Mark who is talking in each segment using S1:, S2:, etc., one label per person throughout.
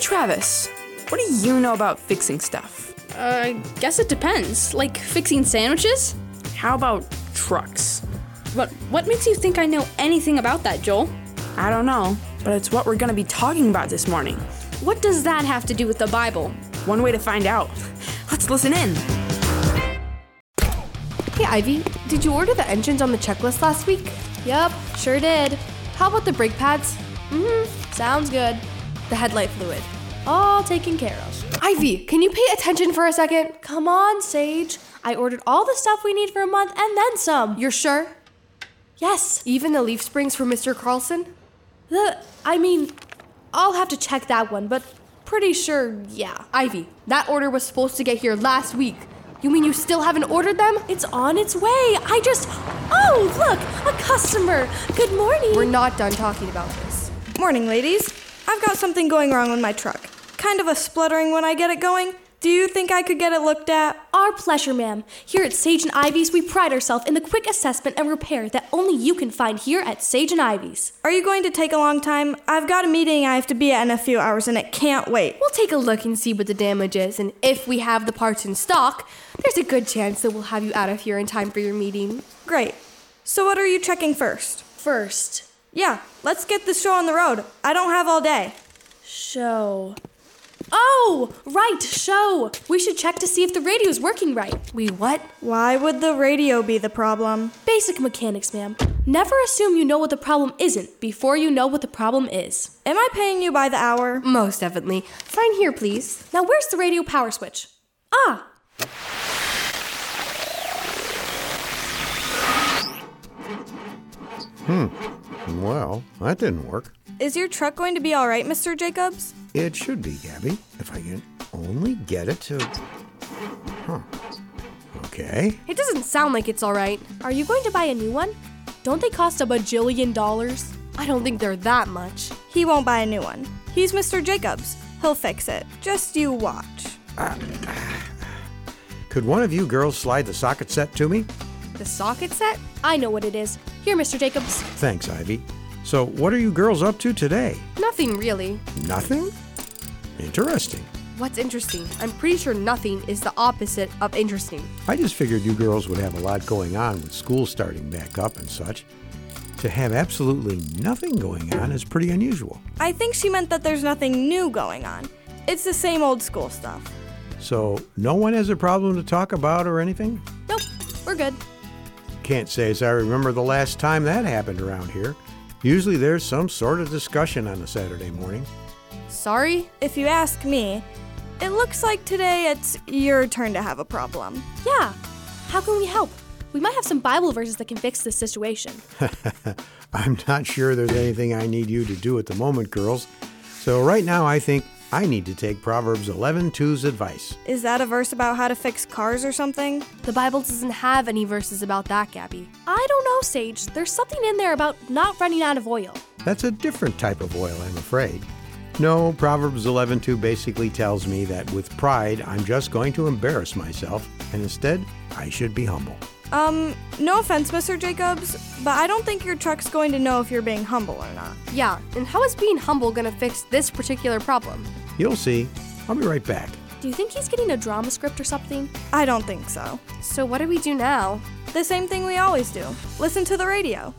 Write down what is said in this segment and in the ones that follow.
S1: Travis, what do you know about fixing stuff?
S2: Uh, guess it depends. Like fixing sandwiches?
S1: How about trucks?
S2: But what makes you think I know anything about that, Joel?
S1: I don't know, but it's what we're gonna be talking about this morning.
S2: What does that have to do with the Bible?
S1: One way to find out. Let's listen in.
S3: Hey Ivy, did you order the engines on the checklist last week?
S4: Yep, sure did.
S3: How about the brake pads?
S4: Mm-hmm, Sounds good.
S3: The headlight fluid.
S4: All taken care of.
S3: Ivy, can you pay attention for a second?
S4: Come on, Sage. I ordered all the stuff we need for a month and then some.
S3: You're sure?
S4: Yes.
S3: Even the leaf springs for Mr. Carlson?
S4: The I mean, I'll have to check that one, but pretty sure, yeah.
S3: Ivy, that order was supposed to get here last week. You mean you still haven't ordered them?
S4: It's on its way. I just Oh, look, a customer. Good morning.
S3: We're not done talking about this.
S5: Morning, ladies. I've got something going wrong with my truck. Kind of a spluttering when I get it going. Do you think I could get it looked at?
S4: Our pleasure, ma'am. Here at Sage and Ivy's, we pride ourselves in the quick assessment and repair that only you can find here at Sage and Ivy's.
S5: Are you going to take a long time? I've got a meeting I have to be at in a few hours and it can't wait.
S3: We'll take a look and see what the damage is, and if we have the parts in stock, there's a good chance that we'll have you out of here in time for your meeting.
S5: Great. So, what are you checking first?
S4: First,
S5: Yeah, let's get this show on the road. I don't have all day.
S4: show. Oh, right, show. We should check to see if the radio's working right.
S3: We what?
S5: Why would the radio be the problem?
S4: Basic mechanics, ma'am. Never assume you know what the problem isn't before you know what the problem is.
S5: Am I paying you by the hour?
S3: Most definitely. Sign here, please.
S4: Now, where's the radio power switch? Ah,
S6: Well, that didn't work.
S5: Is your truck going to be all right, Mr. Jacobs?
S6: It should be, Gabby, if I can only get it to. Huh. Okay.
S3: It doesn't sound like it's alright.
S4: are you going to buy a new one? Don't they cost a bajillion dollars?
S3: I don't think they're that much.
S5: He won't buy a new one. He's Mr. Jacobs. He'll fix it. Just you watch.
S6: Could one of you girls slide the socket set to me?
S3: The socket set?
S4: I know what it is. Here, Mr. Jacobs.
S6: Thanks, Ivy. So, what are you girls up to today?
S3: Nothing really.
S6: Nothing? Interesting.
S3: What's interesting? I'm pretty sure nothing is the opposite of interesting.
S6: I just figured you girls would have a lot going on with school starting back up and such. To have absolutely nothing going on is pretty unusual.
S5: I think she meant that there's nothing new going on. It's the same old school stuff.
S6: So, no one has a problem to talk about or anything?
S4: Nope, we're good.
S6: Can't say as I remember the last time that happened around here. Usually there's some sort of discussion on a Saturday morning.
S3: Sorry?
S5: If you ask me, it looks like today it's your turn to have a problem.
S4: Yeah. How can we help? We might have some Bible verses that can fix this situation.
S6: I'm not sure there's anything I need you to do at the moment, girls. So right now I think I need to take Proverbs 11:2's advice.
S5: Is that a verse about how to fix cars or something?
S3: The Bible doesn't have any verses about that, Gabby.
S4: I don't know, Sage. There's something in there about not running out of oil.
S6: That's a different type of oil, I'm afraid. No, Proverbs 11:2 basically tells me that with pride I'm just going to embarrass myself and instead I should be humble.
S5: Um, no offense, Mr. Jacobs, but I don't think your truck's going to know if you're being humble or not.
S3: Yeah, and how is being humble gonna fix this particular problem?
S6: You'll see. I'll be right back.
S4: Do you think he's getting a drama script or something?
S5: I don't think so.
S3: So, what do we do now?
S5: The same thing we always do listen to the radio.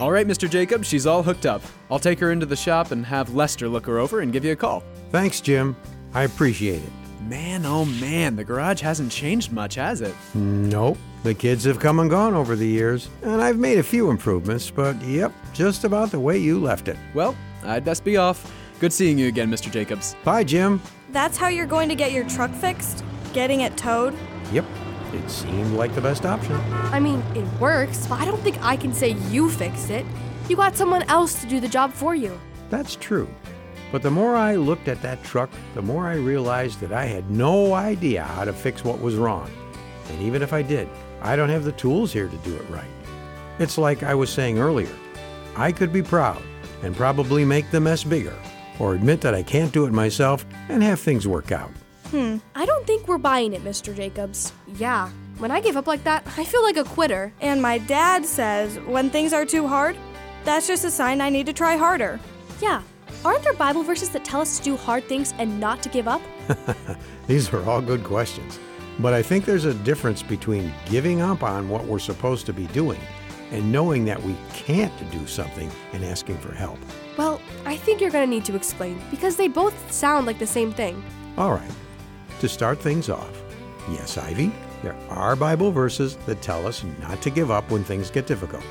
S7: All right, Mr. Jacobs, she's all hooked up. I'll take her into the shop and have Lester look her over and give you a call.
S6: Thanks, Jim. I appreciate it.
S7: Man, oh man, the garage hasn't changed much, has it?
S6: Nope. The kids have come and gone over the years, and I've made a few improvements, but yep, just about the way you left it.
S7: Well, I'd best be off. Good seeing you again, Mr. Jacobs.
S6: Bye, Jim.
S5: That's how you're going to get your truck fixed? Getting it towed?
S6: Yep, it seemed like the best option.
S3: I mean, it works, but I don't think I can say you fixed it. You got someone else to do the job for you.
S6: That's true. But the more I looked at that truck, the more I realized that I had no idea how to fix what was wrong. And even if I did, I don't have the tools here to do it right. It's like I was saying earlier I could be proud and probably make the mess bigger, or admit that I can't do it myself and have things work out.
S4: I don't think we're buying it, Mr. Jacobs.
S3: Yeah, when I give up like that, I feel like a quitter.
S5: And my dad says when things are too hard, That's just a sign I need to try harder.
S4: Yeah, aren't there Bible verses that tell us to do hard things and not to give up?
S6: These are all good questions. But I think there's a difference between giving up on what we're supposed to be doing and knowing that we can't do something and asking for help.
S3: Well, I think you're gonna need to explain because they both sound like the same thing.
S6: All right, to start things off, yes, Ivy, there are Bible verses that tell us not to give up when things get difficult.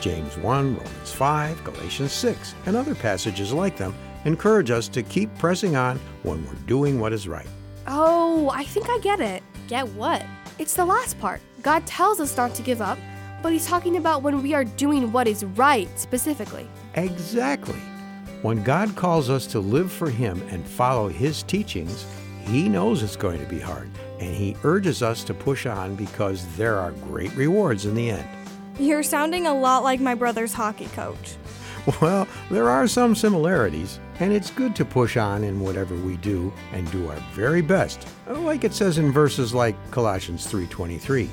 S6: James 1, Romans 5, Galatians 6, and other passages like them encourage us to keep pressing on when we're doing what is right.
S3: Oh, I think I get it.
S2: Get what?
S3: It's the last part. God tells us not to give up, but He's talking about when we are doing what is right specifically.
S6: Exactly. When God calls us to live for Him and follow His teachings, He knows it's going to be hard, and He urges us to push on because there are great rewards in the end.
S5: You're sounding a lot like my brother's hockey coach.
S6: Well, there are some similarities, and it's good to push on in whatever we do and do our very best, like it says in verses like Colossians 3:23,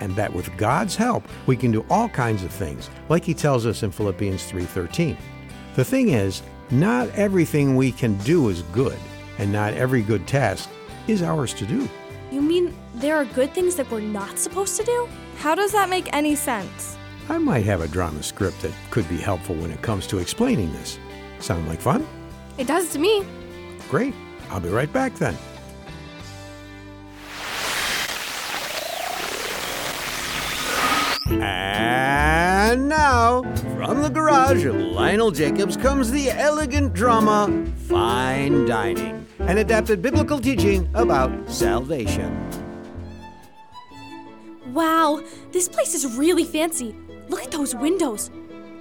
S6: and that with God's help we can do all kinds of things, like he tells us in Philippians 3:13. The thing is, not everything we can do is good, and not every good task is ours to do.
S4: You mean there are good things that we're not supposed to do?
S5: How does that make any sense?
S6: I might have a drama script that could be helpful when it comes to explaining this. Sound like fun?
S3: It does to me.
S6: Great. I'll be right back then. And now, from the garage of Lionel Jacobs comes the elegant drama Fine Dining, an adapted biblical teaching about salvation.
S4: Wow, this place is really fancy. Look at those windows.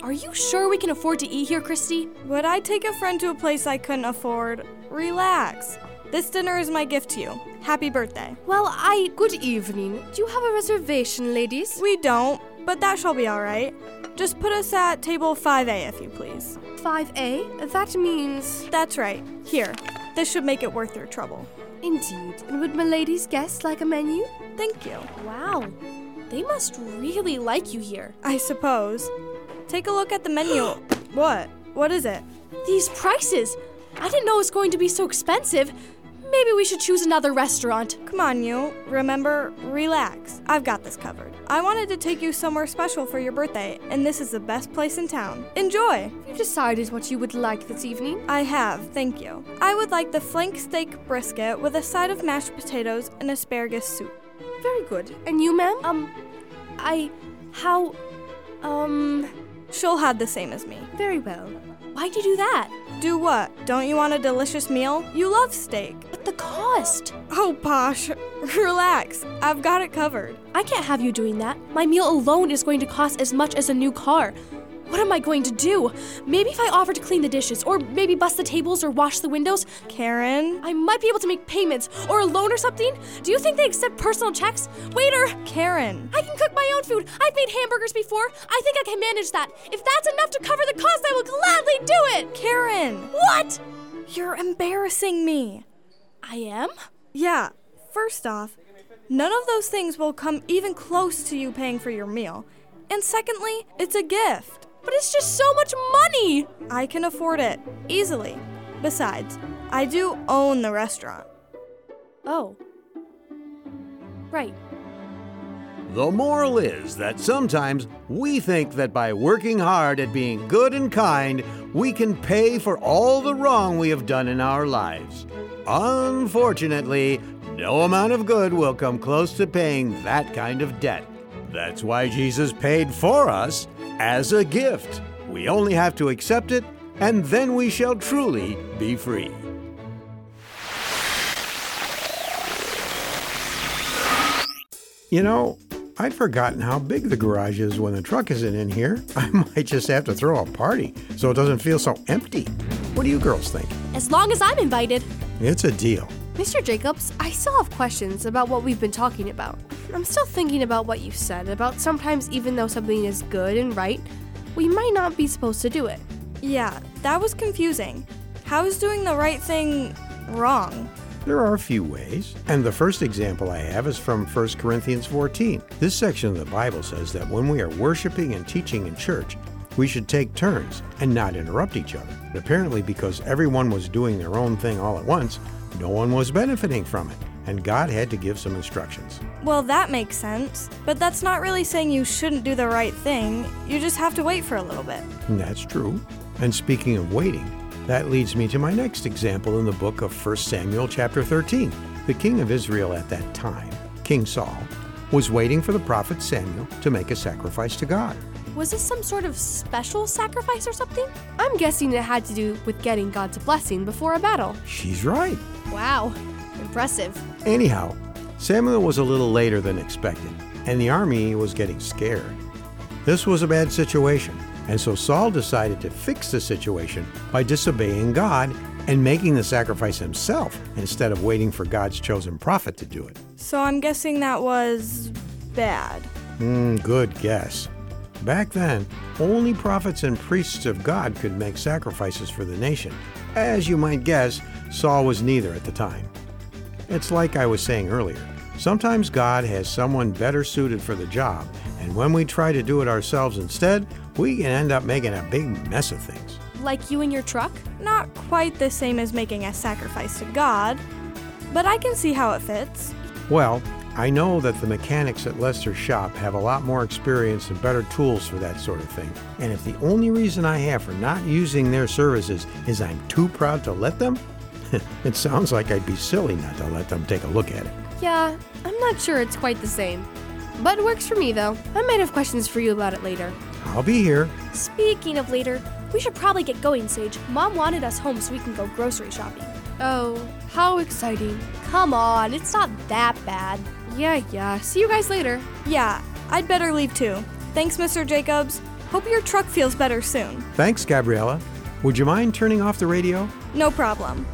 S4: Are you sure we can afford to eat here, Christy?
S5: Would I take a friend to a place I couldn't afford? Relax. This dinner is my gift to you. Happy birthday.
S3: Well, I. Good evening. Do you have a reservation, ladies?
S5: We don't, but that shall be all right. Just put us at table 5A if you please.
S3: 5A? That means.
S5: That's right. Here. This should make it worth your trouble.
S3: Indeed. And would my ladies guests like a menu?
S5: Thank you.
S4: Wow, they must really like you here.
S5: I suppose. Take a look at the menu. what? What is it?
S4: These prices! I didn't know it was going to be so expensive. Maybe we should choose another restaurant.
S5: Come on, you. Remember, relax. I've got this covered. I wanted to take you somewhere special for your birthday, and this is the best place in town. Enjoy!
S3: You've decided what you would like this evening.
S5: I have, thank you. I would like the flank steak brisket with a side of mashed potatoes and asparagus soup.
S3: Very good. And you, ma'am?
S4: Um, I. How. Um,
S5: She'll have the same as me.
S3: Very well.
S4: why'd you do that?
S5: Do what? Don't you want a delicious meal? You love steak.
S4: But the cost!
S5: Oh, Posh, relax. I've got it covered.
S4: I can't have you doing that. My meal alone is going to cost as much as a new car. What am I going to do? Maybe if I offer to clean the dishes, or maybe bust the tables or wash the windows,
S5: Karen?
S4: I might be able to make payments or a loan or something. Do you think they accept personal checks? Waiter!
S5: Karen.
S4: I can cook my own food. I've made hamburgers before. I think I can manage that. If that's enough to cover the cost, I will gladly do it.
S5: Karen!
S4: What?
S5: You're embarrassing me.
S4: I am?
S5: Yeah, first off, none of those things will come even close to you paying for your meal. And secondly, it's a gift.
S4: But it's just so much money.
S5: I can afford it easily. Besides, I do own the restaurant.
S4: Oh. Right.
S6: The moral is that sometimes we think that by working hard at being good and kind, we can pay for all the wrong we have done in our lives. Unfortunately, no amount of good will come close to paying that kind of debt. That's why Jesus paid for us as a gift. We only have to accept it, and then we shall truly be free. You know, I'd forgotten how big the garage is when the truck isn't in here. I might just have to throw a party so it doesn't feel so empty. What do you girls think?
S4: As long as I'm invited.
S6: It's a deal.
S3: Mr. Jacobs, I still have questions about what we've been talking about. I'm still thinking about what you said about sometimes, even though something is good and right, we might not be supposed to do it.
S5: Yeah, that was confusing. How is doing the right thing wrong?
S6: There are a few ways, and the first example I have is from 1 Corinthians 14. This section of the Bible says that when we are worshiping and teaching in church, We should take turns and not interrupt each other. But apparently, because everyone was doing their own thing all at once, no one was benefiting from it, and God had to give some instructions.
S5: Well, that makes sense, but that's not really saying you shouldn't do the right thing. You just have to wait for a little bit.
S6: And that's true. And speaking of waiting, that leads me to my next example in the book of 1 Samuel, chapter 13. The king of Israel at that time, King Saul, was waiting for the prophet Samuel to make a sacrifice to God.
S4: Was this some sort of special sacrifice or something?
S3: I'm guessing it had to do with getting God's blessing before a battle.
S6: She's right.
S4: Wow, impressive.
S6: Anyhow, Samuel was a little later than expected, and the army was getting scared. This was a bad situation, and so Saul decided to fix the situation by disobeying God and making the sacrifice himself instead of waiting for God's chosen prophet to do it.
S5: So I'm guessing that was bad.
S6: Hmm, good guess. Back then, only prophets and priests of God could make sacrifices for the nation. As you might guess, Saul was neither at the time. It's like I was saying earlier. Sometimes God has someone better suited for the job, and when we try to do it ourselves instead, we can end up making a big mess of things.
S4: Like you and your truck?
S5: Not quite the same as making a sacrifice to God, but I can see how it fits.
S6: Well, I know that the mechanics at Lester's shop have a lot more experience and better tools for that sort of thing. And if the only reason I have for not using their services is I'm too proud to let them, it sounds like I'd be silly not to let them take a look at it.
S3: Yeah, I'm not sure it's quite the same. But it works for me, though. I might have questions for you about it later.
S6: I'll be here.
S4: Speaking of later, we should probably get going, Sage. Mom wanted us home so we can go grocery shopping.
S3: Oh, how exciting.
S4: Come on, it's not that bad.
S3: Yeah, yeah. See you guys later.
S5: Yeah, I'd better leave too. Thanks, Mr. Jacobs. Hope your truck feels better soon.
S6: Thanks, Gabriella. Would you mind turning off the radio?
S5: No problem.